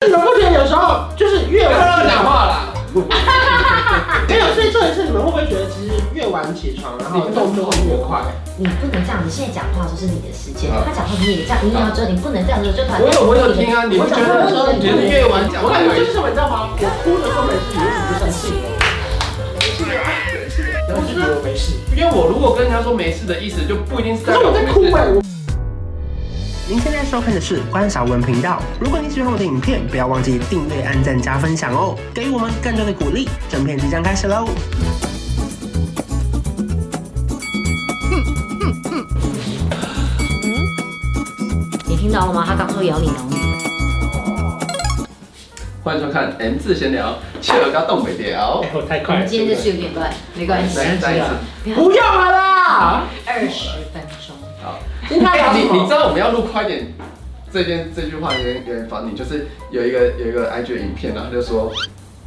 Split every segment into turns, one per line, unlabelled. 啊
起床，然后
灵动
动作很愉快。
你不能这样，你现在讲话的时候是你的时间，
啊
他讲话你也这样，你也要追，你不能这样子就突然。
我有我有听啊，你
我
不觉
讲
得
话
说你觉得越晚讲，
我
我
感
感
觉
觉
就是什么，你知道吗？我哭的时候没事，你为什么就生气了？
然
我
后就
觉
觉得
得没事，
因为我如果跟人家说没事的意思，就不一定是
可是我在哭哎、我
您现在收看的是关少文频道。如果你喜欢我的影片，不要忘记订阅、按赞、加分享哦，给予我们更多的鼓励。整片即将开始喽！
你听到了吗？他刚说咬你挠你。
欢迎收看 M 字闲聊，切尔高东北聊。
哎我太
我
快
们
了。
今天这是有点乱，没关系，
来再一次，
不要了啦！
啊
二十分钟。
好。
今天
哎
要
你
聊什
你知
么？
道我们要录快点，这件这句话有点有点烦你，就是有一个有一个 IG 的影片，然后他就说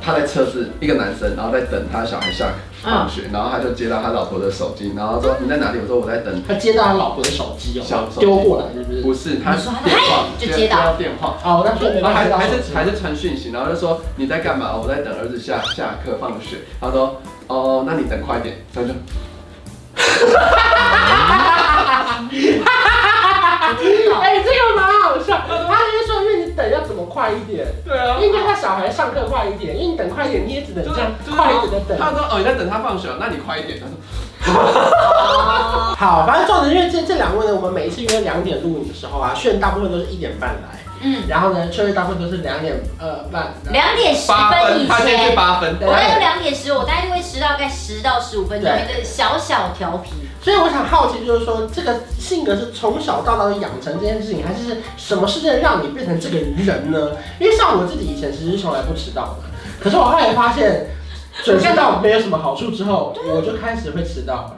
他在车子，一个男生，然后在等他小孩下放学，然后他就接到他老婆的手机，然后说你在哪里？我说我在等
他接到他老婆的手机
小
哦
手，机
丢过来是不是？
不是他
你说他
电话
就接到
电话。
哦，那顺便
然后
他
还
接到
还
手
是
机
还是传讯息，然后就说你在干嘛？哦我在等儿子下下课放学。他说哦，那你等快点。他就
哎，这个蛮好笑。他就是说，因为你等要怎么快一点？
对啊
应该他小孩上课快一点，因为你等快一点，你也只能
就
这
是
样
就是
快一点的等。
他说哦你在等他放学，那你快一点。他说
好，反正重点是因为这这两位呢，我们每一次约两点录影的时候啊，炫大部分都是一点半来，
嗯，
然后呢，翠瑞大部分都是两点呃半。
两点十
八
分以
分，他现在是
前。
八分。
我大概两点十，我大概就会迟到大概十到十五分钟，
对
一个小小调皮。
所以我想好奇，就是说这个性格是从小到大养成这件事情，还是什么事情让你变成这个人呢？因为像我自己以前其实是从来不迟到的，可是我后来发现准时到没有什么好处之后，我就开始会迟到了。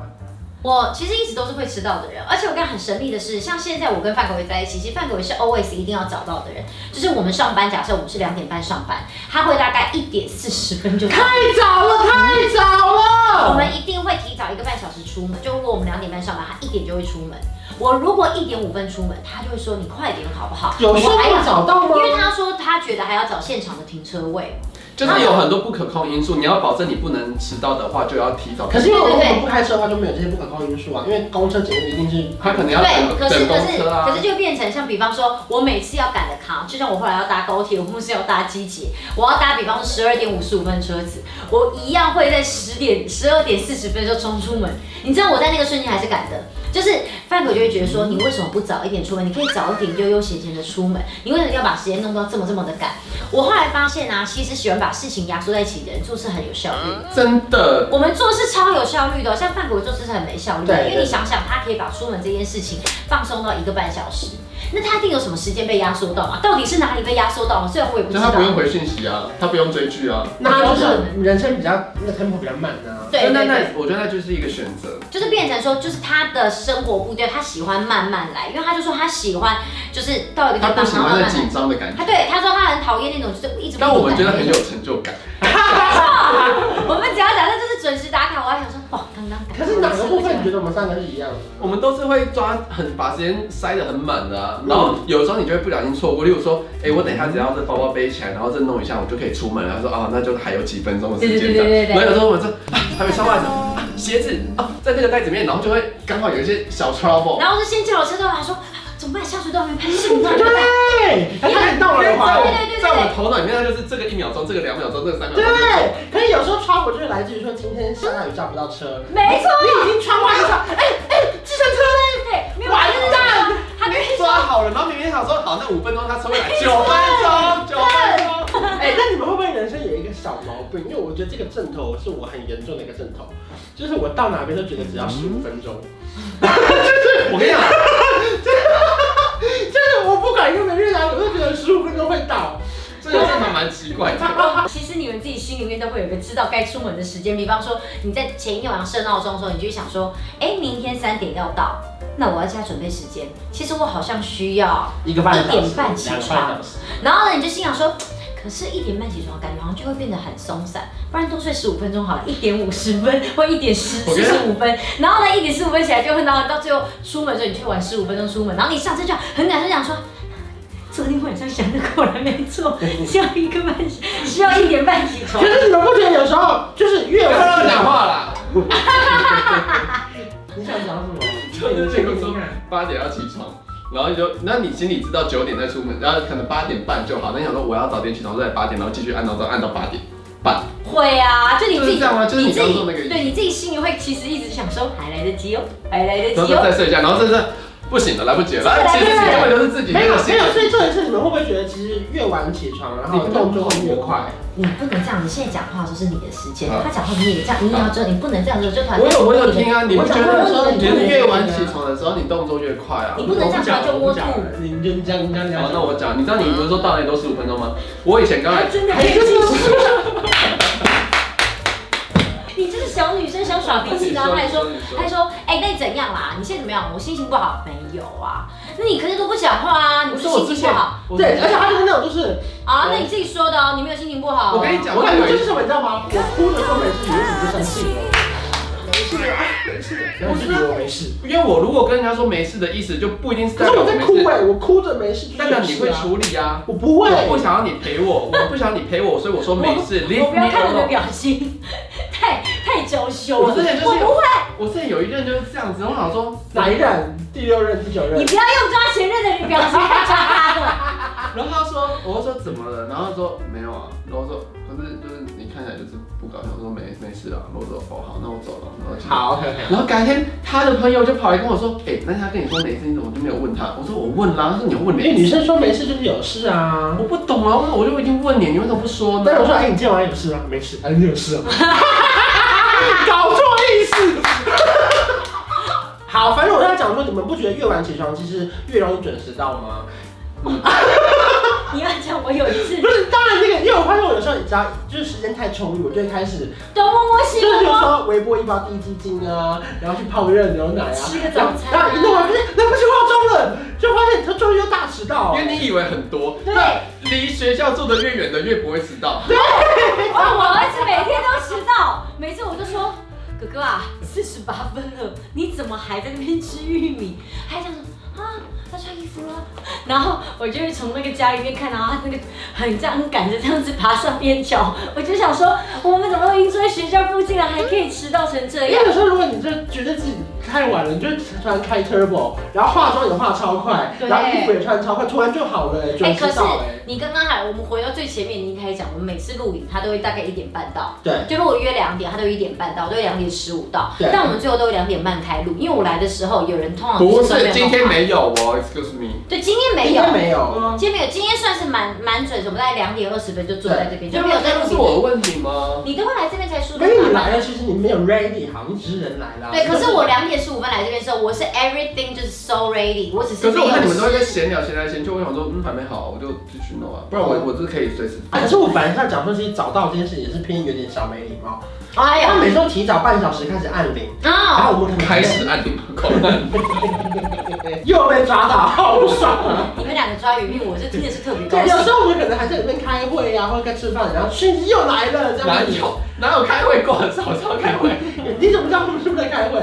我其实一直都是会迟到的人，而且我跟很神秘的是，像现在我跟范可伟在一起，其实范可伟是 always 一定要早到的人。就是我们上班，假设我们是两点半上班，他会大概一点四十分就到。
太早了，太早了！
我们一定会提早一个半小时出门。就如果我们两点半上班，他一点就会出门。我如果一点五分出门，他就会说你快点好不好？
有说
我还
过
要，
早到吗
因？为他说他觉得还要找现场的停车位。
就是有很多不可控因素，你要保证你不能迟到的话，就要提早。
可是因为
对
如
对
果
对
我们不开车的话，就没有这些不可控因素啊。因为公车、捷运一定是
他可能要
对，
等
可
等
是可
公
是
车啊
可。是就变成像比方说，我每次要赶的卡，就像我后来要搭高铁，我或是要搭机捷，我要搭比方说十二点五十五分车子，我一样会在十点十二点四十分就冲出门。你知道我在那个瞬间还是赶的，就是范可就会觉得说，你为什么不早一点出门？你可以早一点悠悠闲闲的出门，你为什么要把时间弄到这么这么的赶？我后来发现啊，其实喜欢把事情压缩在一起的人做事很有效率。
真的，
我们做事超有效率的哦、像范国做事是很没效率
对
的，
对
因为你想想，他可以把出门这件事情放松到一个半小时，那他一定有什么时间被压缩到嘛？到底是哪里被压缩到了？虽然我也不
就
知
他
道
不。用回讯息啊，他不用追剧啊。
那他就是人生比较那 tempo 比较慢啊。
对
那
对
那
对，
我觉得那就是一个选择。
就是变成说，就是他的生活步调，他喜欢慢慢来，因为他就说他喜欢就是到一个
他
地
不
方
喜
然后
欢那
慢慢来。
紧张的感
他
觉，
对他说他很讨厌那种就是一直不
但我们觉得
满
很
意
有成就感。
我们只要讲到就是准时打卡，我还想说哇，刚刚
可是哪个部分你觉得我们三个是一样的？
我们都是会抓很把时间塞得很满的
嗯
啊，然后有时候你就会不小心错过，例如说，哎，我等一下只要这包包背起来，然后再弄一下，我就可以出门了。他说啊，那就还有几分钟的时间这样。
对对对对对对
然后有时候我们说啊，还没穿袜子，啊，鞋子啊，在那个袋子里面，然后就会刚好有一些小 trouble。
然后就先叫我车到，他说啊怎么办？下水道没拍，下水道没拍。
对，哎他开始
在
到了
对
环。
对对对
在我头脑里面，它就是这个一秒钟，这个两秒钟，这个三秒钟。
对，可是有时候穿我就是来自于说今天下大雨叫不到车，
没错，
你已经穿袜子上，哎哎，计程车
对，没有
完蛋，
他跟你说，
抓好了，然后明明想说好，那五分钟他抽回来九分钟，九分钟。
嘞！哎，那你们会不会人生有一个小毛病？因为我觉得这个症头是我很严重的一个症头，就是我到哪边都觉得只要十五分钟，
我跟你讲，
就是我不管用的日常，我都觉得十五分钟会到。
这个真的蛮奇怪的。
哦其实你们自己心里面都会有一个知道该出门的时间，比方说你在前一天晚上设闹钟的时候，你就会想说，哎，明天三点要到，那我要加准备时间。其实我好像需要，
一个
半小时两个半
小时。
然后呢，你就心想说。可是，一点半起床，感觉好像就会变得很松散，不然多睡十五分钟好了，一点五十分或一点十
我觉
四
得
十五分，然后呢，一点十五分起来就会，然后到最后出门的时候，你去晚十五分钟出门，然后你上车就很赶，就想说，昨天晚上想的果然没错， 需要一个半，需要一点半起床
可。是你们不觉得有时候就是越
不要
晚
乱
起
讲
床，
话啦。
你想讲什么？
就是这个时候八点要起床，然后你就，那你心里知道九点再出门，然后可能八点半就好。那你想说我要早点起床，我再八点，然后继续按到按到八点半。
会啊，就你
就
自
是
己，
这样啊就是你
自
刚
己
刚说那个意思
对你自己心里会其实一直想说还来得及哦，还来得
然
及
后再
哦。
睡一下，然后真的是不行了，来不及了。其实你根本就是自己
没有
心
没
理
有，所以重点是你们会不会觉得，其实越晚起床，然后动作会越快？
你不能这样，你现在讲话的时候是你的时间
啊，
他讲话你也这样，你也要这样，你不能这样子就突然。
我有我有听啊，你不觉得说你
你不能
越晚起床的时候，你动作越快啊
你？不能这样突然就摸肚。
你你就这样这样
好，那我讲，你知道你不是说到那里都十五分钟吗？我以前刚来
真的
还
可以
是
进去。 你这个小女生想耍脾气，然后还说还说，哎、那你怎样啦？你现在怎么样？我心情不好，没有啊。那你可是都不讲话啊，你不是心情不好
对，而且他就是那种就是，
啊？那你自己说的哦，你没有心情不好、哦。
我跟你讲
我感觉就是什么，你知道吗？我哭的时候没事，你为什么就生气了？没事，没事，然后就以为我没事。
因为我如果跟人家说没事的意思，就不一定是
可
代
是
表
我
我
在
没
哭
事，
哎，我哭着没事，
代表你会，处理啊。
我不会。
我不想要你陪我，我不想要你陪我，所以我说没事。
我不要看我的
alone
表情， 太太娇羞
我
了。
之前就是
我不会，
我之前有一任就是这样子，我想说，
哪一任？第六任、第九
你
任？
不要用抓前任的表情来抓他的。
然后他说，我就说怎么了？然后他说没有啊，然后我说可是就是你看起来就是不高兴，我说没没事啊，然后我说哦好，那我走了，然后就。
好，OK OK。
然后改天他的朋友就跑来跟我说，哎、那他跟你说没事，你怎么就没有问他？我说我问啦，他说你要问
哎
因为哎女
你，
生说没事就是有事啊。
我不懂啊，我就已经问你，你为什么不 说呢？
但是我说，哎、你今天晚上有事吗？没事。哎、你有事啊？ 搞错意思。 好，反正我在讲说，你们不觉得越晚起床其实越容易准时到吗？
你要讲我有一次
不是，当然那个，因为我发现我有时候你知道，就是时间太充裕，我就会开始，
东摸摸
就
西
是
摸
比如
摸。
说微波一包低鸡精啊，然后去泡个热牛奶啊，
吃个早餐啊
然后一弄完发现来不及化妆了，就发现你终于又大迟到了
因。为你以为很多，
对
那离学校住的越远的越不会迟到。
我我儿子每天都迟到，每次我就说，哥哥啊，四十八分了，你怎么还在那边吃玉米？还想说啊，要穿衣服了。然后我就会从那个家里面看到他那个很这样很赶着这样子爬上边桥，我就想说，我们怎么都已经住在学校附近了，还可以迟到成这
因
样
为？有时候如果你就觉得自己太晚了，你就突然开 turbo，然后化妆也化超快，
对
然后衣服也穿超快，突然就好了、
哎、
准
可
时
是
到哎、
你刚刚还我们回到最前面，你一开始讲，我们每次录影他都会大概一点半到。
对，
就如果约两点，他都一点半到，都两点十五到
对。
但我们最后都有两点半开录，因为我来的时候有人通常
不
都没
是，
有
今天
办法，
没有哦，excuse me。
对，今天没
应
有嗯
该，没有。
今天没有，今天算是蛮蛮准时，我们大概两点二十分就坐在这边，就没有在
那
录
是
影。
我的问题吗？
你都会来这边才梳
因
头
为你
发
来
吗？
了，其实你没有 ready 好，你只是人来了。
对，可是我两点十五分来这边的时候，我是 everything 就是 so ready，我只是
可是
没
我看你
有
们都会在
时。
闲聊闲来闲去，我想说，嗯，还没好，我就继续弄啊，不然我我就是可以随时。
啊。可是我本来是要讲说，其实早到这件事也是偏有点小没礼貌。
哎
他
呀，
每次都提早半小时开始按铃，然
啊！
后我们可能
开始按你门口，
又被抓到，好不爽 啊！
你们两个抓鱼命，我就听的是特别高
对，
兴
有。时候我们可能还在里面开会啊，或者在吃饭，然后讯息又来了，这
哪
样子。
有哪有开会过早上开会？
你怎么知道我们是不是在开会？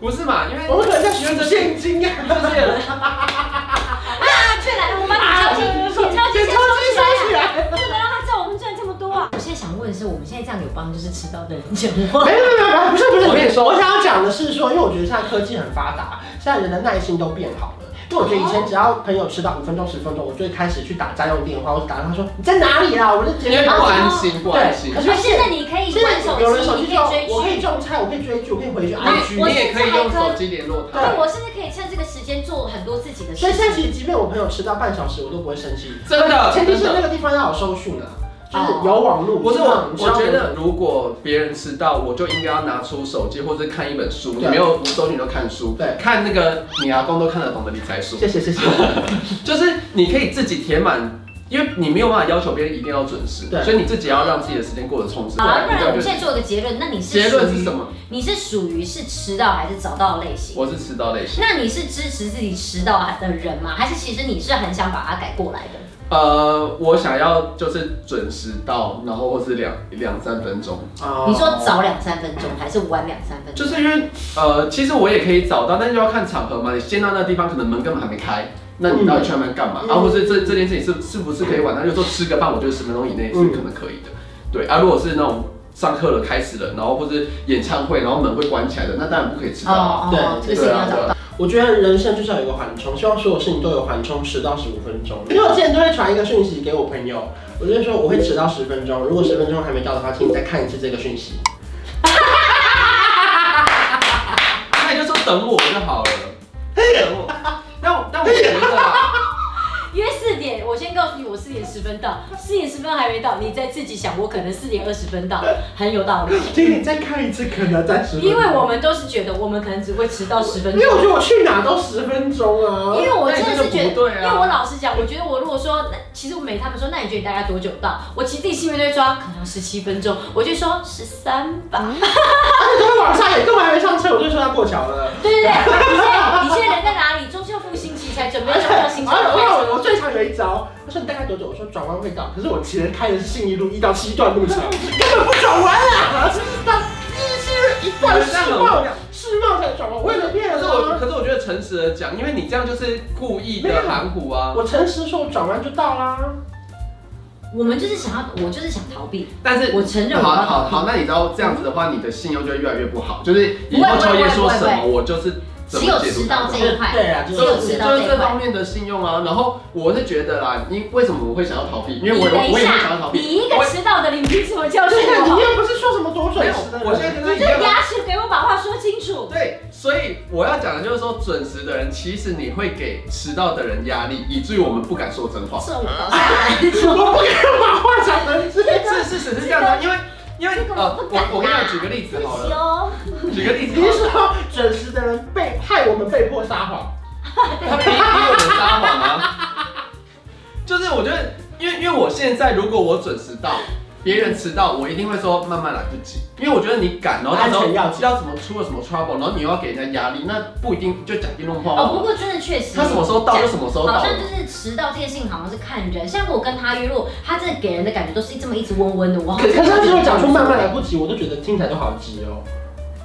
不是嘛？因为
我们可能在
因为
数
这
现金啊。
就是
啊，却来了，我把你
啊
超级，你超级
给
先
超
收
级
起来
收起来！
不能让他叫我们赚这么多啊！我现在想问的是，我们现在这样有帮就是迟到的人讲话
没有没有没有，不是不是，我跟你说，我想要讲的是说，因为我觉得现在科技很发达，现在人的耐心都变好了。因为我觉得以前只要朋友迟到五分钟十分钟，我就会开始去打家用电话，我就打电话说你在哪里啊？我就直
因为
接
不
打。
安心，不安心
对可。是
可是啊现在你可以玩手
有人
机，
手
你
机说
可以追
我可以
剧。
种菜，我可以追剧，我可以回去
那
IG。
我
你也可以用手机联络
对
他。
我甚至可以趁这个时间做很多自己的
所以
事
现在
情。
其实即便我朋友迟到半小时，我都不会生气。
真的
前提是
真的
那个地方要有收讯啊，就是有网络。
不是
知道
我，
你知道
我觉得如果别人迟到，我就应该要拿出手机或者看一本书。你
对
没有无收你都看书，
对
看那个你阿公都看得懂的理财书，
谢谢谢谢。
就是你可以自己填满，因为你没有办法要求别人一定要准时，
对
所以你自己要让自己的时间过得充实。
好了，不然我们
你
现在做一个结论，那你是
结论是
属于
什么？
你是属于是迟到还是早到的类型？
我是迟到类型。
那你是支持自己迟到的人吗？还是其实你是很想把它改过来的？
呃，我想要就是准时到，然后或是两两三分钟，
哦
你说早两三分钟还是晚两三分钟？
就是因为呃，其实我也可以早到，但是就要看场合嘛。你先到那地方，可能门根本还没开，那你到底去那边干嘛？
嗯
啊，或是这这件事情是是不是可以晚？他就说吃个饭，我觉得十分钟以内是
嗯
可能可以的。对啊，如果是那种上课了开始了，然后或者演唱会，然后门会关起来的，那当然不可以迟
哦
到啊。
对
这个事情要找到。
我觉得人生就是要有一个缓冲，希望所有事情都有缓冲，十到十五分钟。因为我之前都会传一个讯息给我朋友，我就会说我会迟到十分钟，如果十分钟还没到的话，请你再看一次这个讯息。
那你就说等我就好了，等我。那我那我觉得啊，
因为四点，我先告诉你，我四点十分到，四点十分还没到，你再自己想，我可能四点二十分到，很 有道理。
请你再看一次，可能在十分钟
因为我们都是觉得我们可能只会迟到十分
因
钟
为，我觉得我去哪都十分钟啊。
因为我真的是觉
那你这个不对
得，
啊
因为我老实讲，我觉得我如果说，那其实我每他们说，那你觉得你大概多久到？我其实自己心里面就会抓，可能十七分钟，我就说十三 吧。
而且都会往上演，根本还没上车，我就说要过桥了。
对对对，你现在你现在人在哪里？中孝复兴期才准备中孝 新城
而且
的
哎我我最常有一招，他说你大概多久？我说转弯会到，可是我骑人开的是信义路一到七段路程，根本不转弯啊！ 他一是一段世贸两世贸才转弯，我也没骗
可
人
是我
啊！
可是我觉得诚实的讲，因为你这样就是故意的含糊啊。
我诚实说，我转弯就到啦。
我们就是想要，我就是想逃避。
但是
我承认我
好
要
好
逃
好，那你知道这样子的话，你的信用就会越来越不好，就是以
不会
后秋叶
不
说
会
什
不会
么，我就是怎
只
么
有
解读
迟
它
到这一块，
对啊
只
就
就是
有
是
就是
迟到这一
这方
块。
面的信用啊，然后我是觉得啦，你为什么我会想要逃避？因为
你
我也
等一
我也会想要
下
逃，避。
你一个
我
迟到的，你凭什 么教训
对啊，你
我？
又不是说什么多准时的人，
我现在跟他
你
一
这
样啊。
牙齿给我把话说清楚。
对，所以我要讲的就是说，准时的人其实你会给迟到的人压力，以至于我们不敢说真话。
这我倒是不敢
我不敢把话讲成这样。
这事实是这样的，因为因为
这个
呃
我，不敢啊
我我跟你讲，举个例子好
不啊
了，
行。
举个例子
你
好
是
了，
说准时的人被害我们被迫撒谎？
他逼逼我们撒谎 啊，就是我觉得，因为因为我现在如果我准时到。别人迟到，我一定会说慢慢来不及，因为我觉得你赶，然后到时候
安全要
不
紧
知道怎么出了什么 trouble，然后你又要给人家压力，那不一定就讲电动话
哦，不
嘛。
过真的确实，
他什么时候到就什么时候到
好像就是迟到这件事情，好像是看人。像我跟他约，如果他真的给人的感觉都是这么一直温温的，我好
可
像
可是他只有讲出慢慢来不及，我都觉得听起来就好急哦。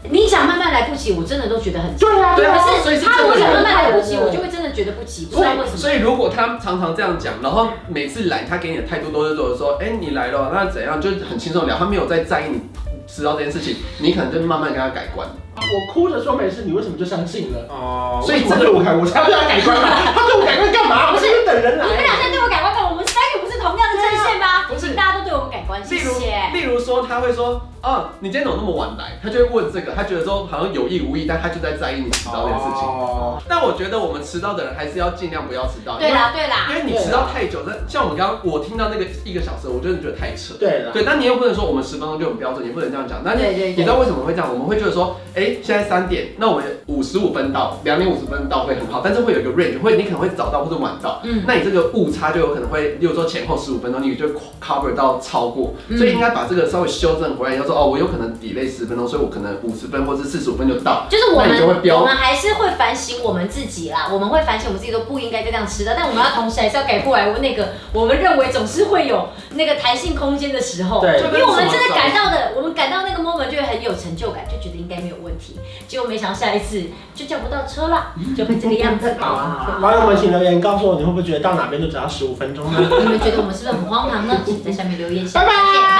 你讲慢慢来不及，我真的都觉得很急。
对啊，
对啊所
可
以
是
是
他如果
这个
讲
人
慢慢来不及，我就会真的觉得不急，不知
所
道为什
以，
么。
所以如果他常常这样讲，然后每次来他给你的态度都是说说，哎、你来了，那怎样，就很轻松聊，他没有在在意你知道这件事情，你可能就慢慢跟他改观。
我哭着说没事，你为什么就相信了？哦
所以
这
这
个我还我才要对他改观嘛，他对我改观干嘛？我是因为等人
你们
来。
啊
俩在对我改观感，我们三个不是同样的阵线吗？
不是
请大家都对我们改观，谢
例如
谢。，
例如说他会说，啊，你今天怎么那么晚来？他就会问这个，他觉得说好像有意无意，但他就在在意你迟到这件事情。
哦，
但我觉得我们迟到的人还是要尽量不要迟到，
对啦，对啦
因为，因为你迟到太久，那像我们刚刚我听到那个一个小时，我真的觉得太扯。
对了，
对，但你又不能说我们十分钟就很标准，也不能这样讲。那你
对对对
你知道为什么会这样？我们会觉得说，哎，现在三点，那我五十五分到，两点五十分到会很好，但是会有一个 range，会你可能会早到或者晚到，
嗯，
那你这个误差就有可能会，例如说前后十五分钟，你就 cover 到超过，
嗯
所以应该把这个稍微修正回来，要说哦，我有可能 delay 十分钟，所以我可能五十分或者四十五分就到。
就是我
那你就会
们
飙
我们还是会反省我们自己啦，我们会反省我们自己都不应该再这样迟到，但我们要同时还是要改过来。我那个我们认为总是会有那个弹性空间的时候，
对
就
因
跟
为我们
什
真
么
的感到的，我们感到那个 moment 就会很有成就感，就觉得应该没有问题。结果没想到下一次就叫不到车啦，
嗯
就会这个样子。
好，啊网友们请留言告诉我，你会不会觉得到哪边都只要十五分钟呢？
你们觉得我们是不是很荒唐呢？请在下面留言。下
拜拜
次见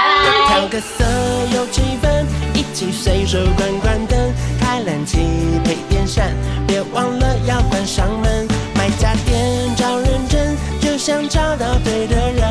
拜拜
调。个色有气氛，一起随手关关灯，开冷气配电扇，别忘了要关上门。买家电找认真，就像找到对的人。